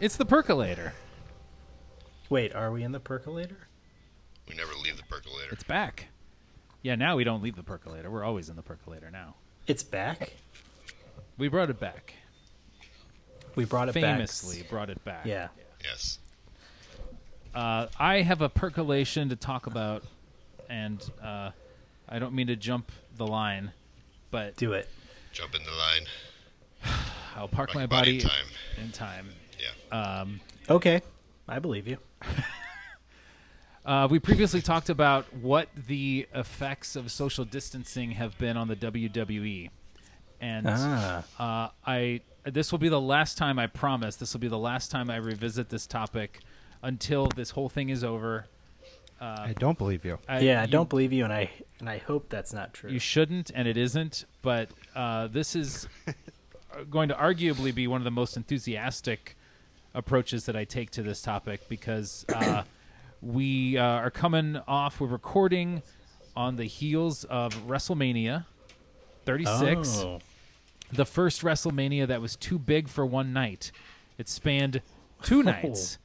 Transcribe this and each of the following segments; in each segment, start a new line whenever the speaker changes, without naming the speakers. It's the percolator.
Wait, are we in the percolator?
We never leave the percolator.
It's back. Yeah, now we don't leave the percolator. We're always in the percolator now.
It's back.
We brought it back.
We brought it
Famously
back.
brought it back.
Yeah.
Yes.
Uh, I have a percolation to talk about, and uh, I don't mean to jump the line, but
Do it.
Jump in the line.
I'll park
Rock
my
your body
body
in time.
in time.
Yeah.
Okay. I believe you.
Uh, we previously talked about what the effects of social distancing have been on the WWE, and
Ah.
uh, I this will be the last time I promise. This will be the last time I revisit this topic until this whole thing is over.
I don't believe you.
I,
yeah, I
you-
don't believe you and I and I hope that's not true.
You shouldn't, and it isn't. But uh, this is going to arguably be one of the most enthusiastic approaches that I take to this topic because uh, we uh, are coming off. We're recording on the heels of WrestleMania 36,
Oh.
the first WrestleMania that was too big for one night. It spanned two nights.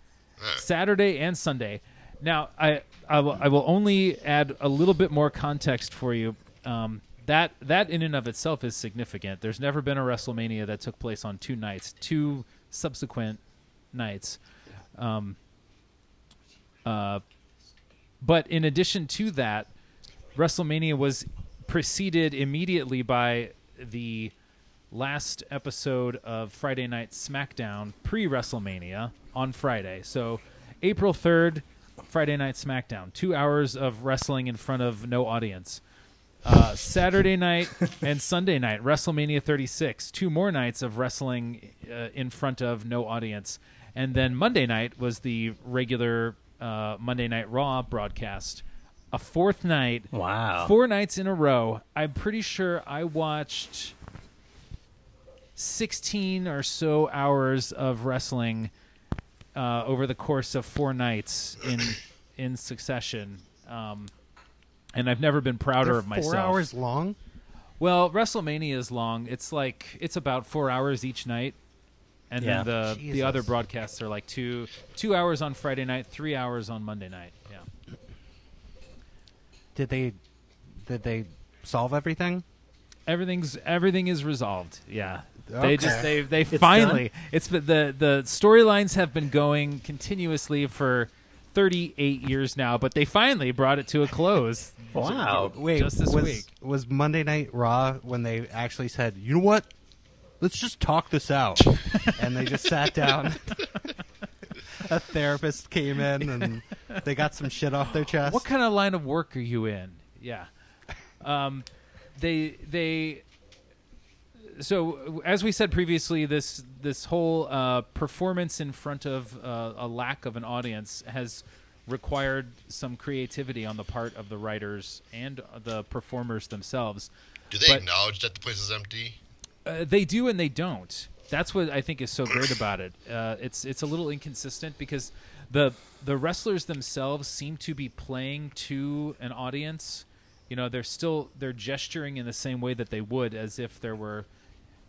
Saturday and Sunday. Now, I I will, I will only add a little bit more context for you. Um, that that in and of itself is significant. There's never been a WrestleMania that took place on two nights, two subsequent nights. Um, uh, but in addition to that, WrestleMania was preceded immediately by the last episode of Friday Night SmackDown pre WrestleMania on Friday. So, April 3rd, Friday Night SmackDown. Two hours of wrestling in front of no audience. Uh, Saturday night and Sunday night, WrestleMania 36. Two more nights of wrestling uh, in front of no audience. And then Monday night was the regular uh, Monday Night Raw broadcast. A fourth night
Oh.
Wow.
four nights in a row. I'm pretty sure I watched 16 or so hours of wrestling uh, over the course of four nights in in succession. Um, and I've never been prouder
They're
of myself.
Four hours long.
Well, WrestleMania is long. It's like it's about four hours each night, and
Yeah.
then the the
Jesus.
other broadcasts are like two two hours on Friday night, three hours on Monday night. Yeah.
Did they? Did they solve everything?
everything's everything is resolved. Yeah,
Okay.
they just they they finally it's been the the storylines have been going continuously for thirty eight years now, but they finally brought it to a close.
Wow.
Wait,
Just this
was,
week.
was Monday Night Raw when they actually said, "You know what? Let's just talk this out," and they just sat down. A therapist came in and they got some shit off their chest.
What kind of line of work are you in? Yeah, um, they they. So as we said previously, this this whole uh, performance in front of uh, a lack of an audience has required some creativity on the part of the writers and the performers themselves.
Do they
But-
acknowledge that the place is empty?
Uh, they do and they don't. That's what I think is so great about it. Uh, it's it's a little inconsistent because the the wrestlers themselves seem to be playing to an audience. You know, they're still they're gesturing in the same way that they would as if there were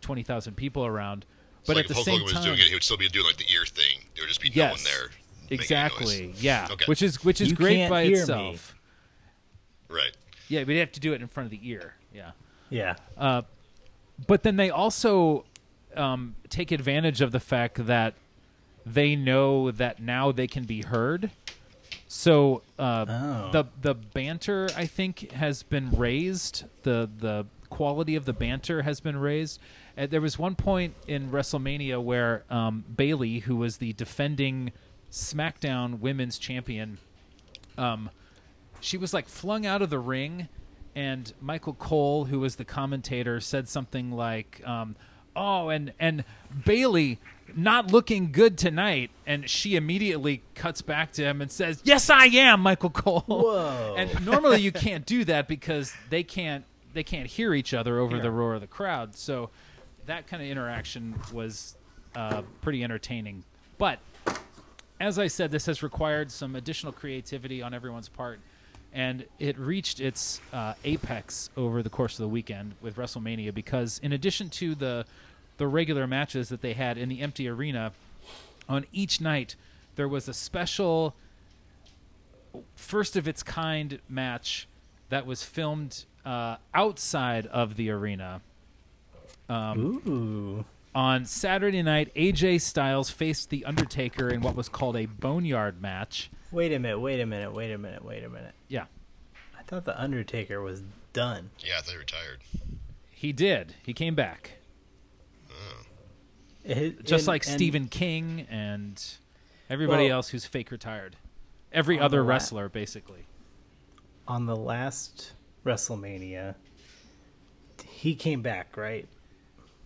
twenty thousand people around. But
like
at the
if Hulk
same
Hogan
time,
was doing it, he would still be doing like the ear thing. There would just be no one
yes,
there. making a
exactly,
noise.
yeah,
Okay.
which is which is
You
great
can't
by
hear me.
itself.
right.
Yeah, we'd have to do it in front of the ear. Yeah.
Yeah.
Um, but then they also um, take advantage of the fact that they know that now they can be heard. So uh,
Oh.
the the banter I think has been raised. The the quality of the banter has been raised. Uh, there was one point in WrestleMania where um, Bailey, who was the defending SmackDown Women's Champion, she was like flung out of the ring, and Michael Cole, who was the commentator, said something like, um, "Oh, and and Bailey not looking good tonight," and she immediately cuts back to him and says, "Yes, I am, Michael Cole."
Whoa.
And normally you can't do that because they can't they can't hear each other over the roar of the crowd. So that kind of interaction was uh, pretty entertaining, but as I said, this has required some additional creativity on everyone's part, and it reached its uh, apex over the course of the weekend with WrestleMania because, in addition to the the regular matches that they had in the empty arena, on each night there was a special first of its kind match that was filmed uh, outside of the arena.
Ooh.
On Saturday night, AJ Styles faced The Undertaker in what was called a boneyard match.
Wait a minute, wait a minute, wait a minute, wait a minute.
Yeah,
I thought The Undertaker was done.
Yeah, they retired.
he did. He came back.
It-
Just
and-
like
and
Stephen King and everybody
Well-
else who's fake retired. Every
On
other
the la-
wrestler, basically.
On the last WrestleMania, he came back, right?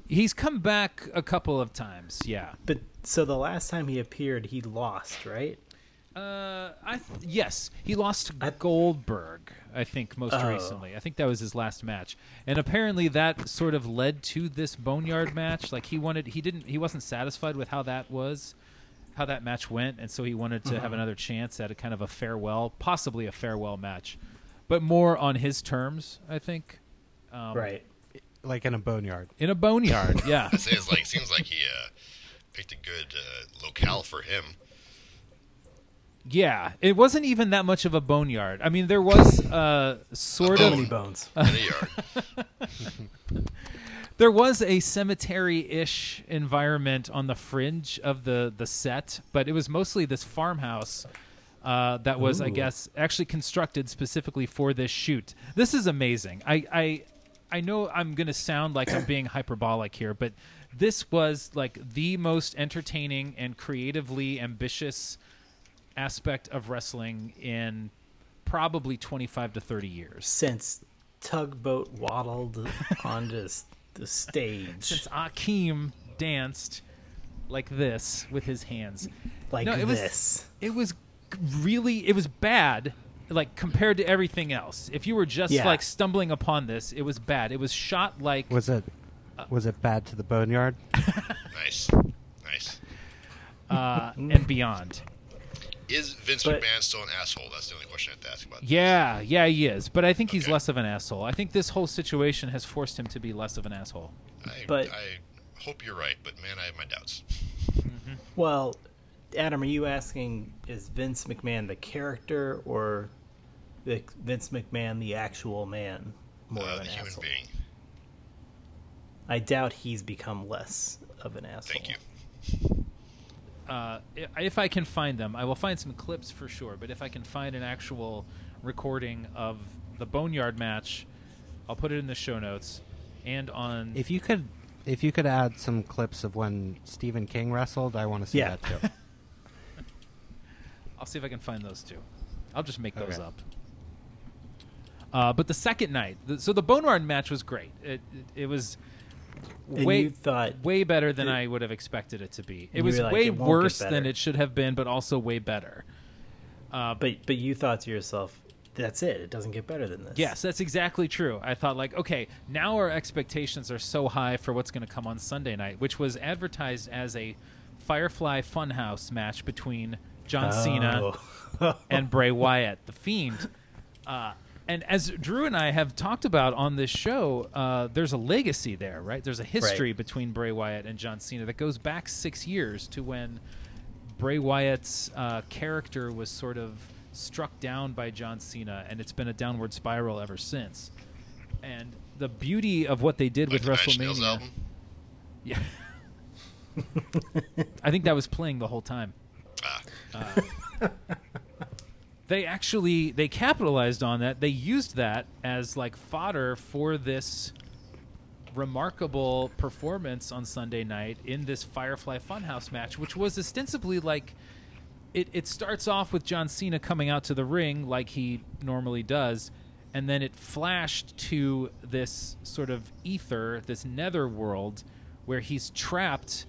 He's come back a couple of times, yeah.
But so the last time he appeared, he lost, right?
Uh, I th- yes, he lost to
I-
Goldberg. I think most
Oh.
recently. I think that was his last match, and apparently that sort of led to this Boneyard match. Like he wanted, he didn't, he wasn't satisfied with how that was, how that match went, and so he wanted to
Mm-hmm.
have another chance at a kind of a farewell, possibly a farewell match, but more on his terms. I think Um,
right.
like in a boneyard.
in a Boneyard. yeah,
I say it's like seems like he uh, picked a good uh, locale for him.
yeah. It wasn't even that much of a Boneyard. I mean, there was uh, sort of
Bony bones.
In a yard.
there was a cemetery-ish environment on the fringe of the the set, but it was mostly this farmhouse uh, that was, I
Ooh.
guess, actually constructed specifically for this shoot. This is amazing. I I, I know I'm going to sound like I'm being hyperbolic here, but this was like the most entertaining and creatively ambitious aspect of wrestling in probably 25 to 30 years.
Since Tugboat waddled onto s- the stage
since Akeem danced like this with his hands.
like
no, it was-
this.
It was really it was bad like compared to everything else. If you were just
Yeah.
like stumbling upon this, it was bad. It was shot like
Was it was it bad to the boneyard?
Nice. Nice.
uh, and beyond.
Is Vince
But-
McMahon still an asshole? That's the only question I have to ask about.
Yeah, yeah, he is. But I think he's
Okay.
less of an asshole. I think this whole situation has forced him to be less of an asshole.
I,
But-
I hope you're right, but man, I have my doubts.
Well, Adam, are you asking is Vince McMahon the character or the Vince McMahon the actual man? More
Uh,
of
the
an
human
asshole.
being.
I doubt he's become less of an asshole.
Thank you.
uh, i- if I can find them, I will find some clips for sure. But if I can find an actual recording of the Boneyard match, I'll put it in the show notes and on.
If you could if you could add some clips of when Stephen King wrestled, I want to see
Yeah.
that too.
I'll see if I can find those two. I'll just make those
Okay.
up. Uh, but the second night, the, so the Boneyard match was great. It it, it was
And
way
you thought
way better than
it-
I would have expected it to be. It
you
was
were like,
way
"It won't get
worse than
better."
it should have been, but also way better. Uh,
But but you thought to yourself, that's it. It doesn't get better than this.
Yes, that's exactly true. I thought like, okay, now our expectations are so high for what's going to come on Sunday night, which was advertised as a Firefly Funhouse match between John Cena
Oh.
and Bray Wyatt, the Fiend. Uh, and as Drew and I have talked about on this show, uh, there's a legacy there, right? There's a history
Right.
between Bray Wyatt and John Cena that goes back six years to when Bray Wyatt's uh, character was sort of struck down by John Cena, and it's been a downward spiral ever since. And the beauty of what they did with
Like the Nine Inch Nails
WrestleMania,
album.
yeah, I think that was playing the whole time.
Ah,
they actually they capitalized on that they used that as like fodder for this remarkable performance on sunday night in this firefly funhouse match which was ostensibly like it, it starts off with john cena coming out to the ring like he normally does and then it flashed to this sort of ether this nether world where he's trapped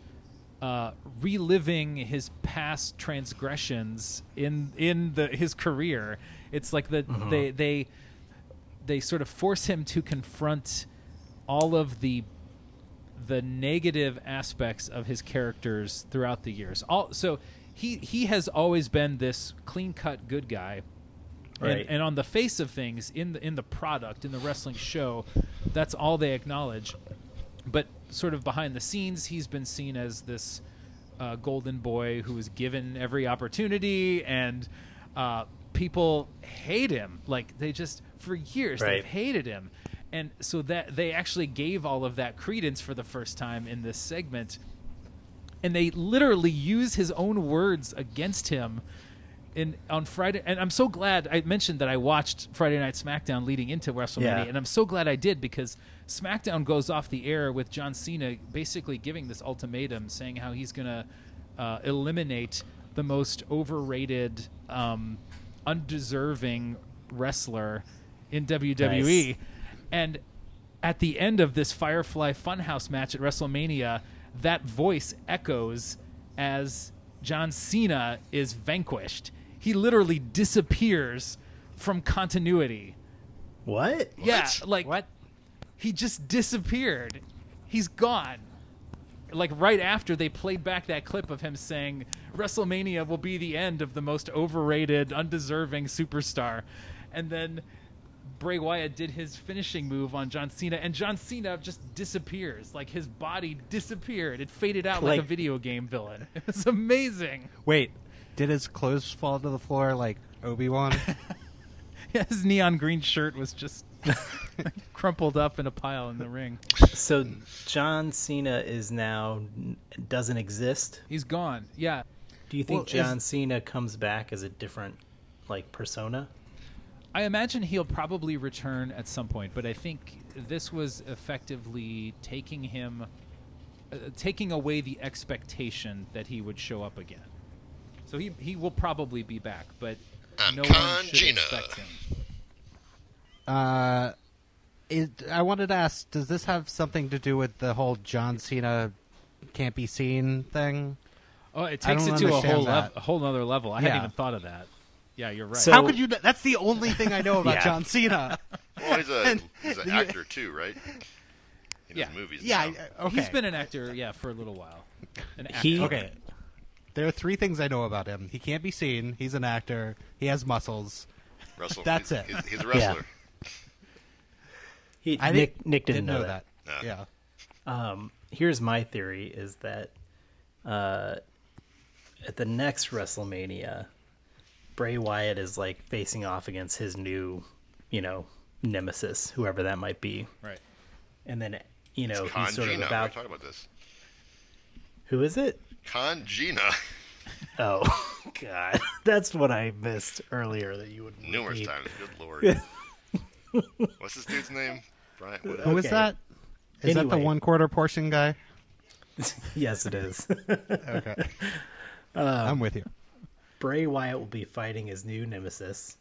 uh, reliving his past transgressions in in the his career. It's like the they they they sort of force him to confront all of the the negative aspects of his characters throughout the years. All so he he has always been this clean cut good guy.
Right.
And, and on the face of things, in the in the product, in the wrestling show, that's all they acknowledge. But sort of behind the scenes, he's been seen as this uh, golden boy who was given every opportunity, and uh, people hate him. Like they just for years
Right.
they've hated him, and so that they actually gave all of that credence for the first time in this segment, and they literally use his own words against him. In, on Friday, and I'm so glad I mentioned that I watched Friday Night SmackDown leading into WrestleMania,
Yeah.
and I'm so glad I did because SmackDown goes off the air with John Cena basically giving this ultimatum, saying how he's going to uh, eliminate the most overrated, um, undeserving wrestler in E. WWE. And at the end of this Firefly Funhouse match at WrestleMania, that voice echoes as John Cena is vanquished. He literally disappears from continuity.
What?
Yeah,
What?
like
What?
he just disappeared. He's gone. Like right after they played back that clip of him saying WrestleMania will be the end of the most overrated, undeserving superstar, and then Bray Wyatt did his finishing move on John Cena, and John Cena just disappears. Like his body disappeared. It faded out like, a
Like-
video game villain. It's amazing.
Wait, did his clothes fall to the floor like Obi Wan?
Yeah, his neon green shirt was just crumpled up in a pile in the ring.
So John Cena is now doesn't exist.
He's gone. Yeah.
Do you think
Well, is-
John Cena comes back as a different like persona?
I imagine he'll probably return at some point, but I think this was effectively taking him, uh, taking away the expectation that he would show up again. So he he will probably be back, but
I'm
no one should
Conchina.
expect him.
uh, it, I wanted to ask, does this have something to do with the whole John Cena can't be seen thing?
Oh, it
I
takes it
don't
to a
understand
whole lev-
that.
a whole other level. I hadn't
Yeah.
even thought of that. Yeah, you're right.
So-
How could you? kn- That's the only thing I know about
Yeah.
John Cena.
Well, he's a
And-
he's an actor too, right? He does
Yeah.
movies.
Yeah, uh,
now.
I- okay.
He's been an actor, yeah, for a little while. An actor.
He-
okay. There are three things I know about him. He can't be seen. He's an actor. He has muscles.
Russell.
That's
he's,
it.
He's, he's a wrestler.
He,
I
Nick
didn't-
Nick didn't,
know, that.
No.
Yeah.
Um, here's my theory: is that uh, at the next WrestleMania, Bray Wyatt is like facing off against his new, you know, nemesis, whoever that might be,
right.
and then you know
Con
he's sort of
Gina. We're
about
talking about this.
who is it?
Con Gina.
Oh God, that's what I missed earlier that you would
Numerous
need.
times. Good lord. What's this dude's name? Brian. What
Who is
Okay.
that? Is that the
Anyway.
one quarter portion guy?
Yes, it is.
Okay.
Oh.
I'm with you.
Bray Wyatt will be fighting his new nemesis,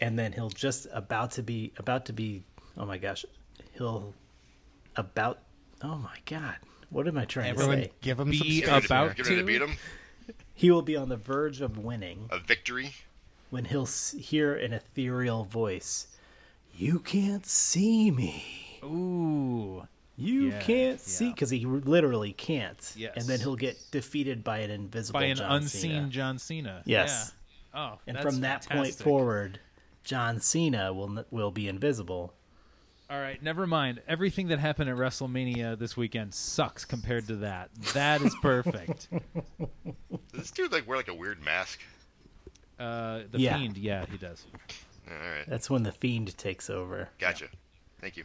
and then he'll just about to be about to be. Oh my gosh, he'll about. Oh my god, what am I trying to
Everyone,
say?
give him
Be
some.
Get ready
about
to, get ready
to?
to beat him.
He will be on the verge of winning
A victory.
when he'll s- hear an ethereal voice. You can't see me.
Ooh.
You
Yeah,
can't see
yeah.
because he literally can't.
Yes.
And then he'll get defeated by an invisible
By an
John
unseen
Cena.
John Cena.
Yes.
Yeah. Oh,
And
that's
from that point
fantastic.
forward, John Cena will n- will be invisible.
All right, never mind. Everything that happened at WrestleMania this weekend sucks compared to that. That is perfect.
Does this dude like wear like a weird mask?
uh, the
Yeah.
Fiend, yeah, he does.
All right.
That's when the fiend takes over.
Gotcha. Thank you.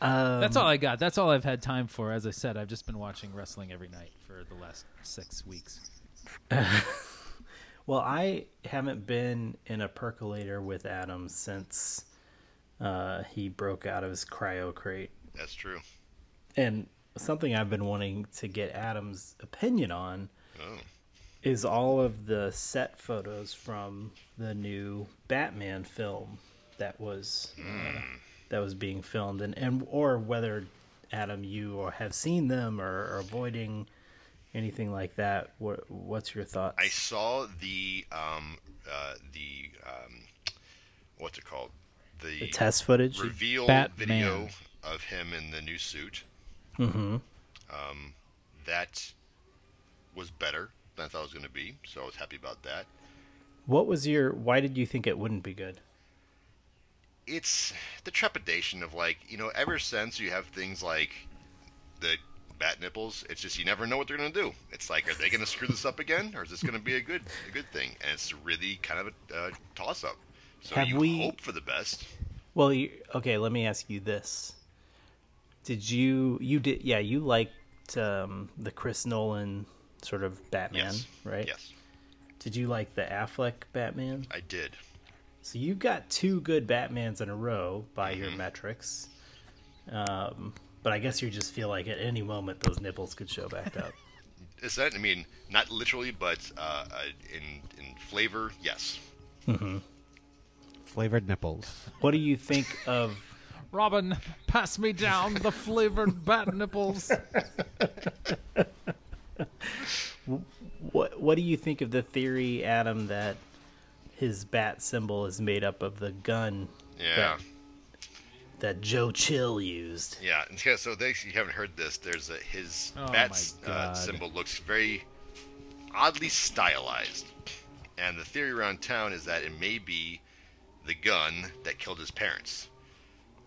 Um,
That's all I got. That's all I've had time for. As I said, I've just been watching wrestling every night for the last six weeks.
Well, I haven't been in a percolator with Adam since uh, he broke out of his cryo crate,
That's true.
and something I've been wanting to get Adam's opinion on
Oh.
is all of the set photos from the new Batman film that was
Hmm.
uh, that was being filmed, and, and or whether Adam you or have seen them or are avoiding anything like that. What, what's your thoughts?
I saw the um uh the um what's it called the,
the test footage.
reveal
Batman.
video of him in the new suit. Mm-hmm. Um, that was better than I thought it was going to be, so I was happy about that.
What was your? Why did you think it wouldn't be good?
it's the trepidation of like you know ever since you have things like the bat nipples. It's just you never know what they're going to do. It's like, are they going to screw this up again, or is this going to be a good a good thing? And it's really kind of a uh, toss up. So
Have
you
we-
hope for the best.
Well, you, okay. Let me ask you this: Did you you did yeah you liked um, the Chris Nolan sort of Batman,
Yes.
right?
Yes,
Did you like the Affleck Batman?
I did.
So you got two good Batmans in a row by
Mm-hmm.
your metrics. Um, but I guess you just feel like at any moment those nipples could show back up.
Is that? I mean, not literally, but uh, uh, in in flavor, yes.
Flavored nipples.
What do you think of?
Robin, pass me down the flavored bat nipples.
What What do you think of the theory, Adam, that his bat symbol is made up of the gun
Yeah,
that Joe Chill used?
yeah. And so- so they, if you haven't heard this. There's a, his
Oh
bat
my
uh,
God.
symbol looks very oddly stylized, and the theory around town is that it may be the gun that killed his parents.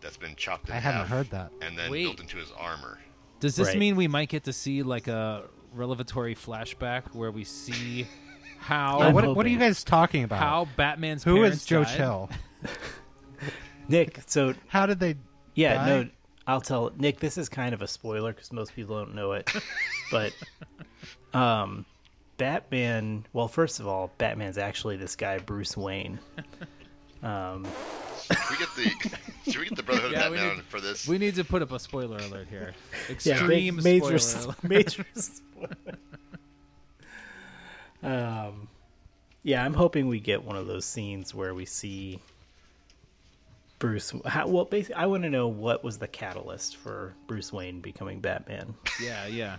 That's been chopped in
I hadn't
half
heard that.
And then
Wait.
built into his armor.
Does this
Right.
mean we might get to see like a revelatory flashback where we see how
I'm
what, what are
hoping.
you guys talking about?
how Batman's
Who
parents
is Joe
died?
Chill?
Nick, so
How did they?
yeah,
Bye.
no, I'll tell Nick. This is kind of a spoiler because most people don't know it, but um, Batman. Well, first of all, Batman's actually this guy Bruce Wayne. Um,
Should we get the Should we get the Brotherhood
Yeah,
of
we
Batman
need-
for this?
We need to put up a spoiler alert here.
yeah,
Extreme
big-
spoiler
major,
alert.
major spoiler. Um, yeah, I'm hoping we get one of those scenes where we see Bruce. How, well, basically, I want to know what was the catalyst for Bruce Wayne becoming Batman.
Yeah, yeah.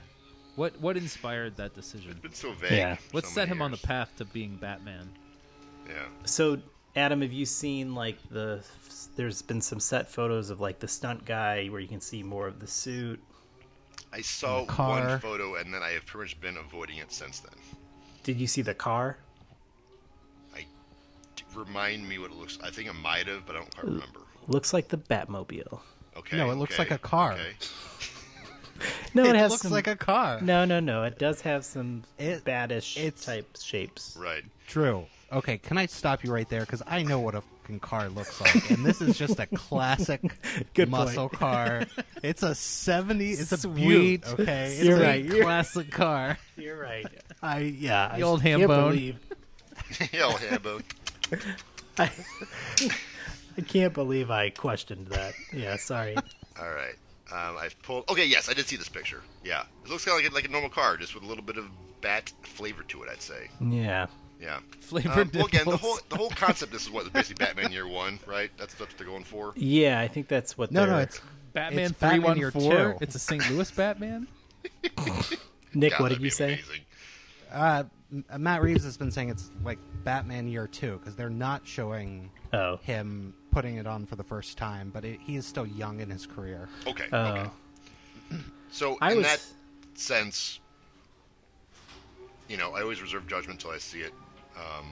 What what inspired that decision?
It's been so vague.
Yeah.
for
What
so
set
many
him on the
years.
path to being Batman?
Yeah.
So, Adam, have you seen like the? There's been some set photos of like the stunt guy where you can see more of the suit.
I saw
car.
one photo and then I have pretty much been avoiding it since then.
Did you see the car?
I d- remind me what it looks. I think I might have, but I don't quite remember.
Looks like the Batmobile.
Okay.
No, it looks
okay,
like a car.
Okay.
No, it,
it
has
looks
some-
like a car.
No, no, no. It does have some
It-
baddish
it's-
type shapes.
Right.
True. Okay, can I stop you right there? Because I know what a fucking car looks like, and this is just a classic
Good
muscle car. It's a seventy. It's a
Sweet.
Butte. Okay, it's
You're
a
right, you're-
classic car.
You're right. I yeah. I
The old ham
can't
bone.
Believe,
yeah, old Hambo.
I, I can't believe I questioned that. Yeah, sorry.
All right. Um, I've pulled. Okay, yes, I did see this picture. Yeah, it looks kind of like a, like a normal car, just with a little bit of bat flavor to it. I'd say.
Yeah.
Yeah.
Flavored
Um, well, again, the
nipples.
whole the whole concept. This is what basically Batman Year One, right? That's, that's what they're going for.
Yeah, I think that's what.
No,
they're,
no, it's
Batman
It's Batman Year
314.
Two.
It's a St. Louis Batman?
Nick.
God,
what
that'd
did you
be
say?
amazing.
uh, M- Matt Reeves has been saying it's like Batman Year Two because they're not showing
Oh.
him putting it on for the first time, but it, he is still young in his career.
Okay.
Oh.
okay. So
I
in
was.
that sense, you know, I always reserve judgment until I see it. Um,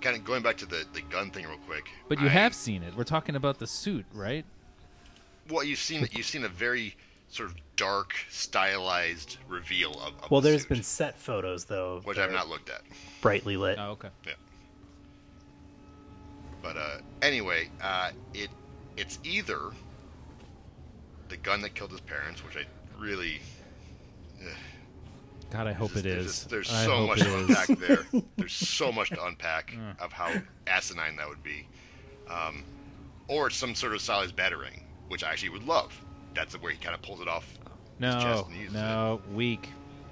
kind of going back to the, the gun thing real quick.
But you
I-
have seen it. We're talking about the suit, right?
well, you've seen you've seen a very sort of dark, stylized reveal of. of
Well,
the
there's
suit,
been set photos though,
which
that
I've
are
not looked at.
brightly lit.
Oh, okay.
Yeah. But uh, anyway, uh, it it's either the gun that killed his parents, which I really
God, I hope
Just-
it
there's
is.
just- There's
I
so
hope
much
it
to
is.
unpack there. There's so much to unpack of how asinine that would be, um, or some sort of solid battering, which I actually would love. That's where he kind of pulls it off. It's
No,
just needs
no, weak.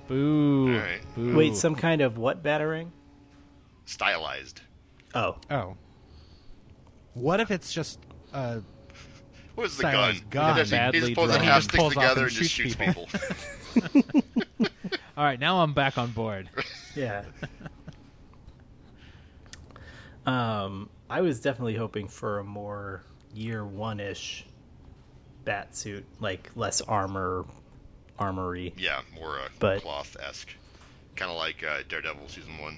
Boo.
All right.
Boo.
Wait, some kind of what battering?
Stylized.
Oh,
Oh, what if it's just uh,
What is the
Stylized
gun?
gun.
He just- he
Badly
just pulls it
drawn.
half
He
just
sticks
pulls off
together
and
and just
shoots
shoots people.
All right, now I'm back on board.
yeah. um, I was definitely hoping for a more year one ish bat suit, like less armor, armory.
yeah, more uh,
But-
cloth esque, kind of like uh, Daredevil season one.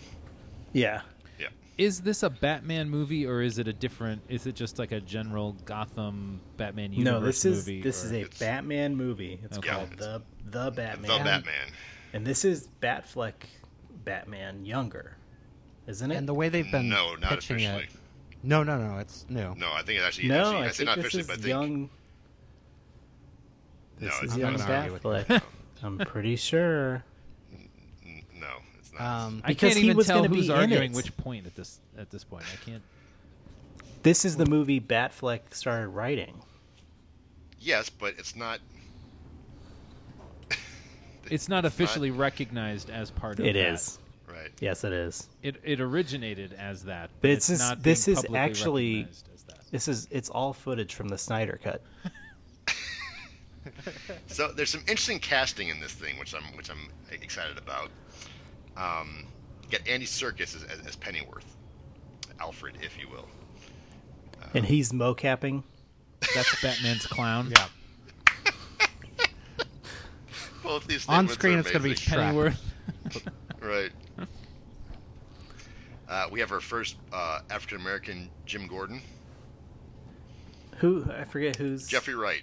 Yeah.
Yeah.
Is this a Batman movie or is it a different? Is it just like a general Gotham Batman universe
No, this is
movie?
this
or-
is a
It's-
Batman movie. It's
Okay.
called the the Batman.
The Batman.
And this is Batfleck, Batman younger, isn't it?
And the way they've been
No, not
pitching
officially.
it. No, no, no. It's new.
No, I think it actually.
no,
actually,
I,
I say
think
not
this
officially,
is
but I think.
young.
no,
This
it's
is
I'm
young
not.
gonna argue with
Batfleck. I'm pretty sure.
No, it's not.
Um,
I
because
can't
he
even
was
tell
gonna be
who's
in
arguing
it.
which point at this at this point. I can't.
This is the movie Batfleck started writing.
yes, but it's not.
It's not officially recognized as part of.
It is.
that.
Right.
Yes, it is.
It it originated as that.
But it's just-
not
this
being
is
publicly
actually-
recognized as that.
This is it's all footage from the Snyder cut.
So there's some interesting casting in this thing, which I'm which I'm excited about. Um, get Andy Circus as, as, as Pennyworth, Alfred, if you will.
Oh.
And he's mocapping.
That's Batman's clown.
yeah.
Both these
On
statements are
screen, it's gonna be
amazing.
Shrek.
Pennyworth.
Right. Uh, we have our first uh, African American Jim Gordon,
Who I forget who's
Jeffrey Wright.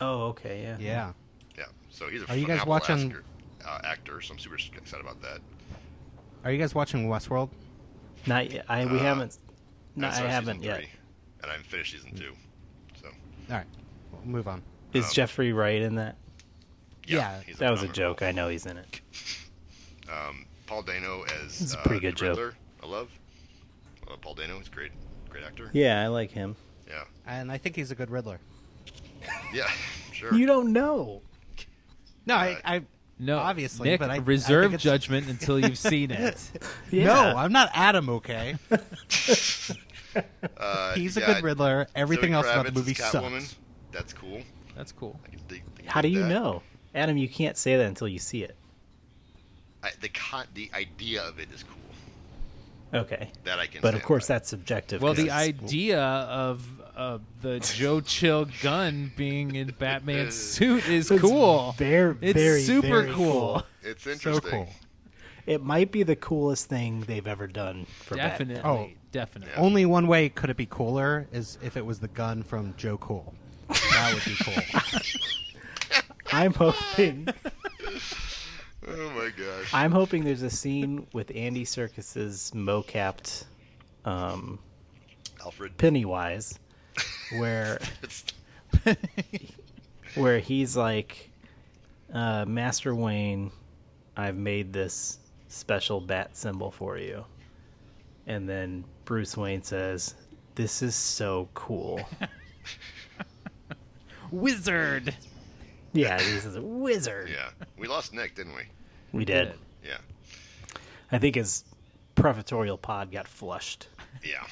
Oh, okay, yeah.
Yeah.
Yeah. So he's a
Are you guys
phenomenal
watching-
actor, uh, actor. So I'm super excited about that.
Are you guys watching Westworld?
Not yet. I we
Uh,
haven't. No,
I
I
saw season
haven't yet.
three, and I'm finished season two. So
All right. We'll move on.
Is
Um,
Jeffrey Wright in that?
Yeah,
he's
That was a
phenomenal.
joke. I know he's in it.
Um, Paul Dano as
It's a
uh,
pretty good
the
joke.
Riddler. I love. I love Paul Dano. He's a great, great actor.
Yeah, I like him.
Yeah,
And I think he's a good Riddler.
yeah, sure.
You don't know.
No, I, I
No,
Obviously,
Nick,
but I- I think
reserve
it's-
judgment until you've seen it.
Yeah.
no, I'm not Adam. Okay,
uh,
he's
you
a good
got
Riddler. Everything
Zoe
else
Kravitz
about the
as
movie
Catwoman.
sucks.
That's cool.
That's cool.
I can dig, I can
How do
dig
you
that.
know? Adam, you can't say that until you see it.
I, the con- the idea of it is cool.
Okay.
That I can.
But of
stand
course
by.
that's subjective.
Well,
'cause
the
it's-
idea of uh, the Joe Chill gun being in Batman's suit is
it's
cool.
ver-
It's
very,
super
very
cool.
it's
So
interesting.
cool.
It might be the coolest thing they've ever done for Batman.
Definitely,
Oh.
definitely.
Only one way could it be cooler is if it was the gun from Joe Cool. That would be cool.
I'm hoping
Oh my gosh.
I'm hoping there's a scene with Andy Circus's mocapped um,
Alfred.
Pennywise where
It's,
where he's like, uh, Master Wayne, I've made this special bat symbol for you. And then Bruce Wayne says, This is so cool.
Wizard.
yeah, this is a wizard.
yeah, we lost Nick, didn't we?
We did.
Yeah.
I think his prefatorial pod got flushed
Yeah.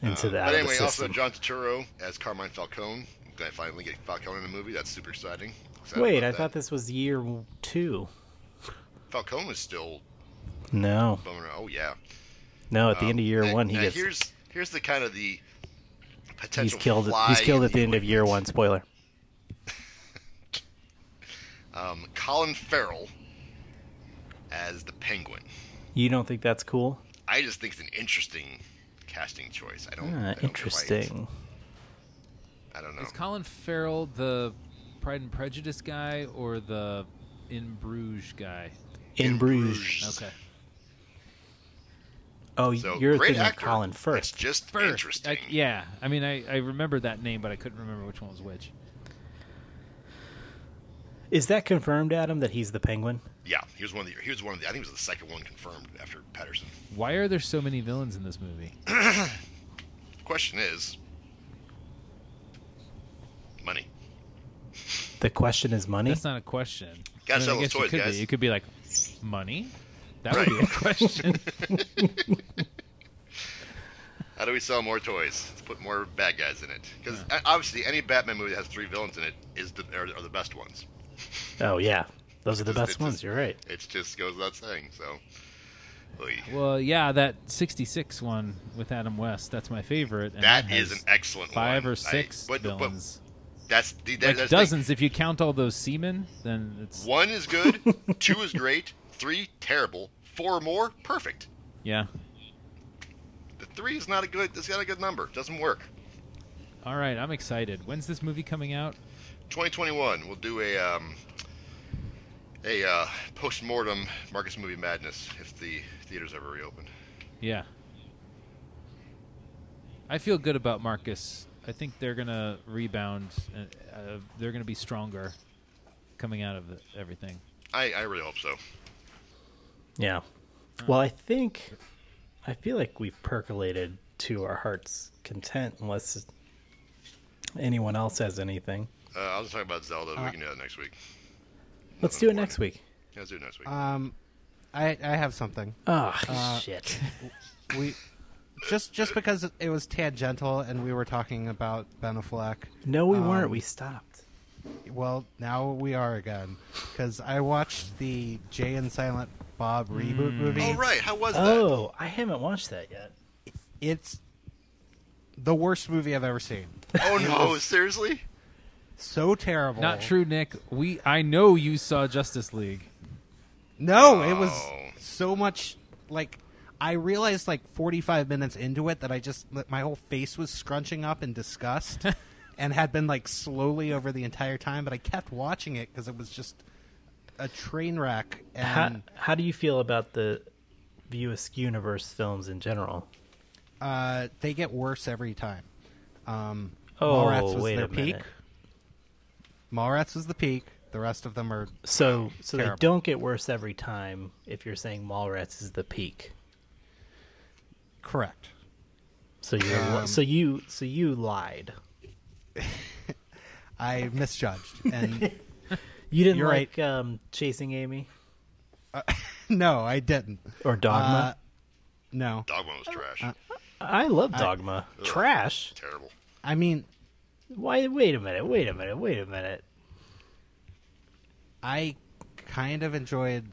into the, out
Uh, But
of
anyway,
the
also
system.
John Turturro as Carmine Falcone. I'm glad I finally get Falcone in the movie. That's super exciting. Excited
Wait,
about
I
that.
thought this was year two.
Falcone is still
No,
bumming around. Oh yeah.
no. At the
Um,
end of year
now-
one, he
now
gets
Here's here's the kind of the potential.
he's killed.
Fly
He's killed
in
at the end of year one. Spoiler.
Um, Colin Farrell as the Penguin.
You don't think that's cool?
I just think it's an interesting casting choice. I don't.
Ah,
I don't quite-
interesting.
I don't know.
Is Colin Farrell the Pride and Prejudice guy or the In Bruges guy?
In Bruges.
Okay.
Oh,
So
you're
great
thinking of
actor.
Colin
It's
first.
just interesting.
I, yeah, I mean, I, I remember that name, but I couldn't remember which one was which.
Is that confirmed, Adam? That he's the Penguin?
Yeah, he was one of the. He was one of the. I think it was the second one confirmed after Patterson.
Why are there so many villains in this movie?
The question is, money.
The question is money.
That's not a question.
Gotta
I mean,
sell
I
those
guess
toys,
it could
guys.
Be. It could be like money. That would
Right.
be a question.
How do we sell more toys? Let's put more bad guys in it. Because obviously, any Batman movie that has three villains in it is the are, are the best ones.
Oh yeah, those are the
It's just-
best
it's
ones.
just-
You're right.
It just goes without saying. So, Oy.
well, yeah, that '66 one with Adam West. That's my favorite. And
that
has
is an excellent
five
one.
or
I-
six
but- but
villains.
that's the that,
like
that's the thing.
dozens if you count all those seamen. Then it's
One is good, two is great, three terrible, four more perfect.
yeah.
The three is not a good. It's not a good number. It doesn't work.
All right, I'm excited. When's this movie coming out?
2021. We'll do a um, a uh, post-mortem Marcus movie madness if the theaters ever reopen.
Yeah. I feel good about Marcus. I think they're going to rebound. and, Uh, they're going to be stronger coming out of it- everything.
I, I really hope so.
Yeah. Well, I think I feel like we've percolated to our heart's content, unless anyone else has anything.
Uh, I was talking about Zelda.
Uh,
we can do that next week.
Let's do it next week.
Yeah, let's do it next week.
Um, I I have something.
Oh shit!
We just just because it was tangential and we were talking about Ben Affleck.
No, we weren't. We stopped.
Well, now we are again because I watched the Jay and Silent Bob reboot movie.
oh right, how was that?
Oh, I haven't watched that yet.
It's the worst movie I've ever seen.
Oh no, seriously?
So terrible.
Not true, Nick. We I know you saw Justice League.
No, it was
Oh.
so much like I realized like 45 minutes into it that I just that my whole face was scrunching up in disgust and had been like slowly over the entire time but I kept watching it cuz it was just a train wreck
How,
and
how do you feel about the View Askew universe films in general?
uh, they get worse every time. Um
Oh,
Mallrats was
wait
their
a
peak.
minute.
Mallrats was the peak. The rest of them are
So, so
Terrible.
they don't get worse every time. If you're saying Mallrats is the peak,
correct.
so you,
Um,
so you, so you lied.
I misjudged and
You didn't
You're
like um, Chasing Amy
no, I didn't.
or Dogma.
No.
Dogma was trash.
uh,
I love Dogma. Trash.
Terrible.
I mean,
Why? Wait a minute. Wait a minute. Wait a minute.
I kind of enjoyed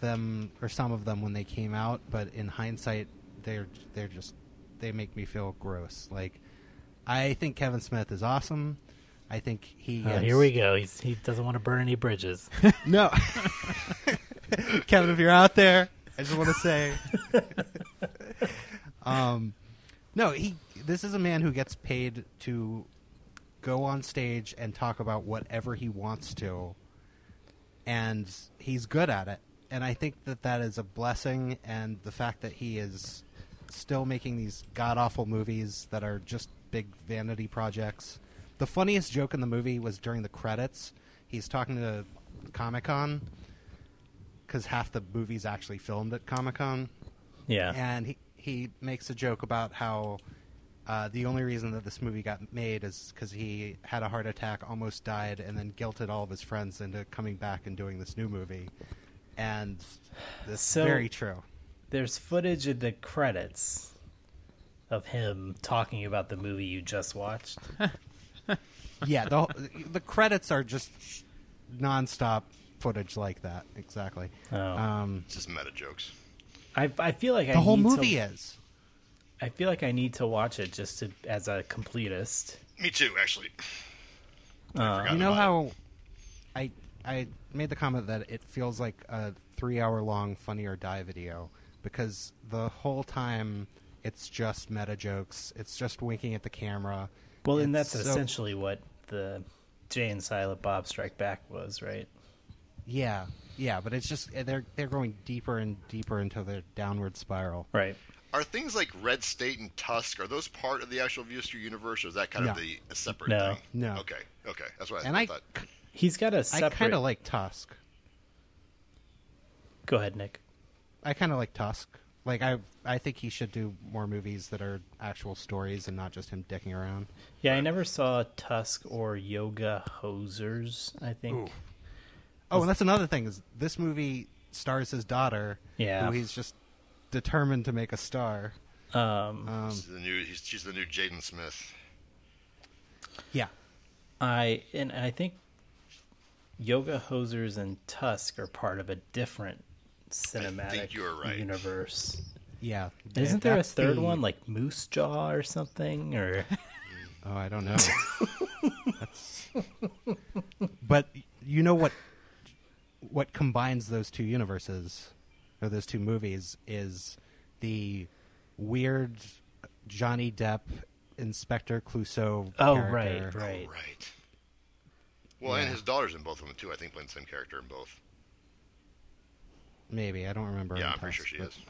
them or some of them when they came out, but in hindsight, they're they're just they make me feel gross. Like I think Kevin Smith is awesome. I think he.
Oh,
is-
here we go. He's, he doesn't want to burn any bridges.
No, Kevin, if you're out there, I just want to say, um, no, he. This is a man who gets paid to go on stage and talk about whatever he wants to, and he's good at it. And I think that that is a blessing, and the fact that he is still making these god awful movies that are just big vanity projects. The funniest joke in the movie was during the credits. He's talking to Comic Con because half the movie's actually filmed at Comic Con,
Yeah.
and he he makes a joke about how. Uh, the only reason that this movie got made is because he had a heart attack, almost died, and then guilted all of his friends into coming back and doing this new movie. And this
So-
very true.
There's footage in the credits of him talking about the movie you just watched.
yeah, the whole- the credits are just nonstop footage like that. Exactly.
Oh.
Um,
It's just meta jokes.
I, I feel like I
the whole
need
movie
To,
is.
I feel like I need to watch it just to as a completist.
Me too, actually.
You
Forgotten
Uh, know
about
how I I made the comment that it feels like a three hour long Funny or Die video because the whole time it's just meta jokes. It's just winking at the camera.
Well, and
It's
that's
so-
essentially what the Jay and Silent Bob Strike Back was, right?
Yeah, yeah, but it's just they're they're going deeper and deeper into their downward spiral.
Right.
it. Are things like Red State and Tusk are those part of the actual Viewster universe, or is that kind of
No.
the a separate
No.
thing?
No.
Okay. Okay. That's what I,
And I
thought.
He's got a
I
separate.
kind of like Tusk.
Go ahead, Nick.
I kind of like Tusk. Like I, I think he should do more movies that are actual stories and not just him dicking around.
Yeah, I never saw Tusk or Yoga Hosers. I think.
Oh, and that's another thing is this movie stars his daughter,
Yeah.
who he's just determined to make a star.
Um,
She's the new. He's, she's the new Jaden Smith.
Yeah,
I and I think Yoga Hosers and Tusk are part of a different cinematic
you are right.
universe.
yeah.
Isn't there a
That's
third
the-
one like Moose Jaw or something? Or
Oh, I don't know. That's- But you know what? What combines those two universes or those two movies is the weird Johnny Depp Inspector Clouseau.
Oh,
character.
right, right.
Right. Well, and his daughter's in both of them too. I think playing the same character in both.
Maybe I don't remember.
yeah,
her
I'm pretty sure
past,
she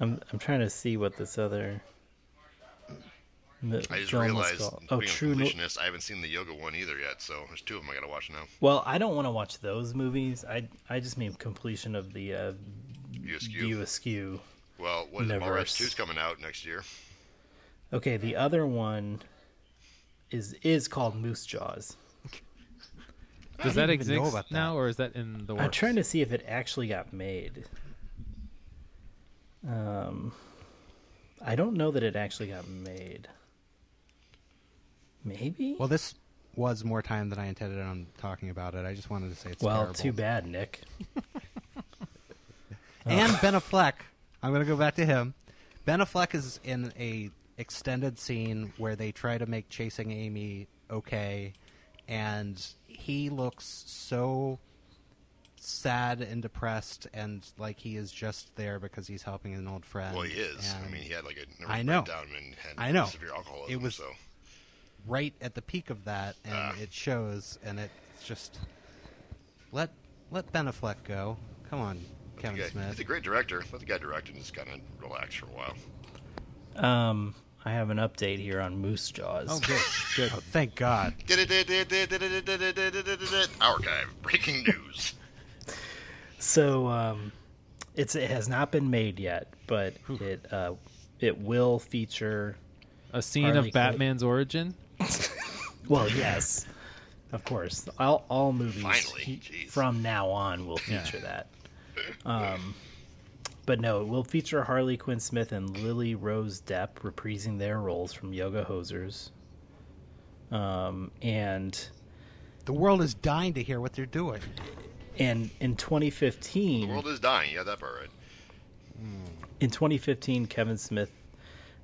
is.
but-
I'm I'm trying to see what this other. the
I just
film is
realized
called.
being
Oh,
a
True. No-
completionist, I haven't seen the yoga one either yet. So there's two of them I gotta watch now.
well, I don't want to watch those movies. I I just mean completion of the uh,
USQ.
View Askew.
well, what is it?
Never
Mallrats
s-
Two's coming out next year.
Okay, the other one is is called Moose Jaws.
Does
I
that
didn't even know
exist
about that.
now, or is that in the works?
I'm trying to see if it actually got made. Um, I don't know that it actually got made. Maybe.
Well, this was more time than I intended on talking about it. I just wanted to say it's
well,
terrible.
too bad, Nick.
And Ben Affleck. I'm going to go back to him. Ben Affleck is in a extended scene where they try to make chasing Amy okay, and he looks so sad and depressed, and like he is just there because he's helping an old friend.
Well, he is. I
And
mean, he had like a
I know.
down and had
I know.
severe alcoholism.
It was-
so
right at the peak of that, and
Ah.
it shows, and it's just let let Ben Affleck go. Come on, Kevin
Okay,
Smith.
He's a great director. Let the guy direct and just kind of relax for a while.
Um, I have an update here on Moose Jaws.
Oh, good, good. Oh, thank God.
Archive breaking news.
So um, it's it has not been made yet, but it uh, it will feature.
a scene
Harley
of
Quinn.
Batman's origin.
Well, yes, of course. All all movies
Finally, jeez.
from now on will
Yeah.
feature that. Um, but no, it will feature Harley Quinn Smith and Lily Rose Depp reprising their roles from Yoga Hosers. Um, and
The world is dying to hear what they're doing.
and in 2015,
The world is dying. Yeah, that part right.
In 2015, Kevin Smith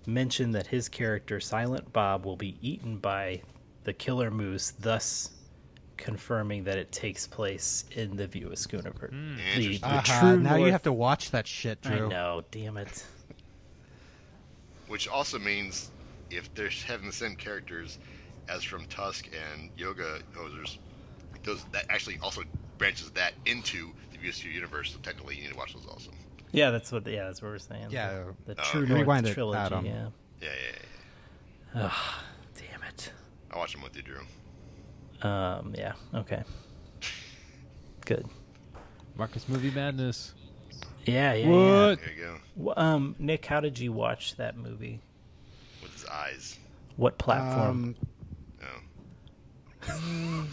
mentioned that his character Silent Bob will be eaten by the killer moose, thus confirming that it takes place in the Viewers universe. The,
Interesting.
the
Uh-huh,
true
now you
North-
have to watch that shit,
I
Drew.
know, damn it.
Which also means if they're having the same characters as from Tusk and Yoga Hosers, those that actually also branches that into the USU universe. So technically, you need to watch those also.
Yeah, that's what. Yeah, that's what we're saying.
Yeah.
the, the
Uh,
True
rewind
North
it,
trilogy.
Adam.
Yeah.
Yeah, yeah, yeah.
Damn it.
I watch them with you, Drew.
Um. Yeah. Okay. Good.
Marcus Movie Madness.
Yeah. Yeah. yeah.
What?
There you go.
Wh- Um. Nick, how did you watch that movie?
With his eyes.
What platform?
Um,
Oh.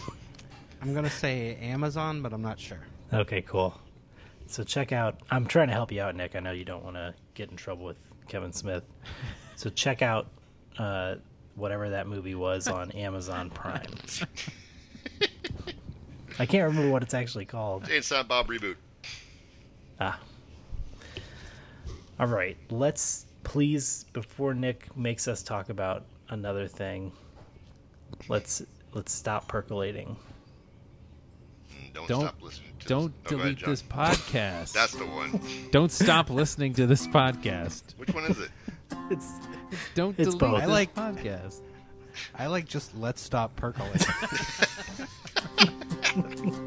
I'm gonna say Amazon, but I'm not sure.
Okay, cool. So check out. I'm trying to help you out, Nick. I know you don't want to get in trouble with Kevin Smith. So check out uh, whatever that movie was on Amazon Prime. I can't remember what it's actually called.
Jane Silent Bob reboot.
Ah. All right. Let's please, before Nick makes us talk about another thing, let's let's stop percolating.
Mm, Don't,
Don't-
stop listening to
Don't
this. Oh, go
delete
ahead, John.
this podcast.
That's the one.
Don't stop listening to this podcast.
Which one is it?
It's
Don't
It's
delete
both.
this
I like-
podcast.
I like just let's stop percolating.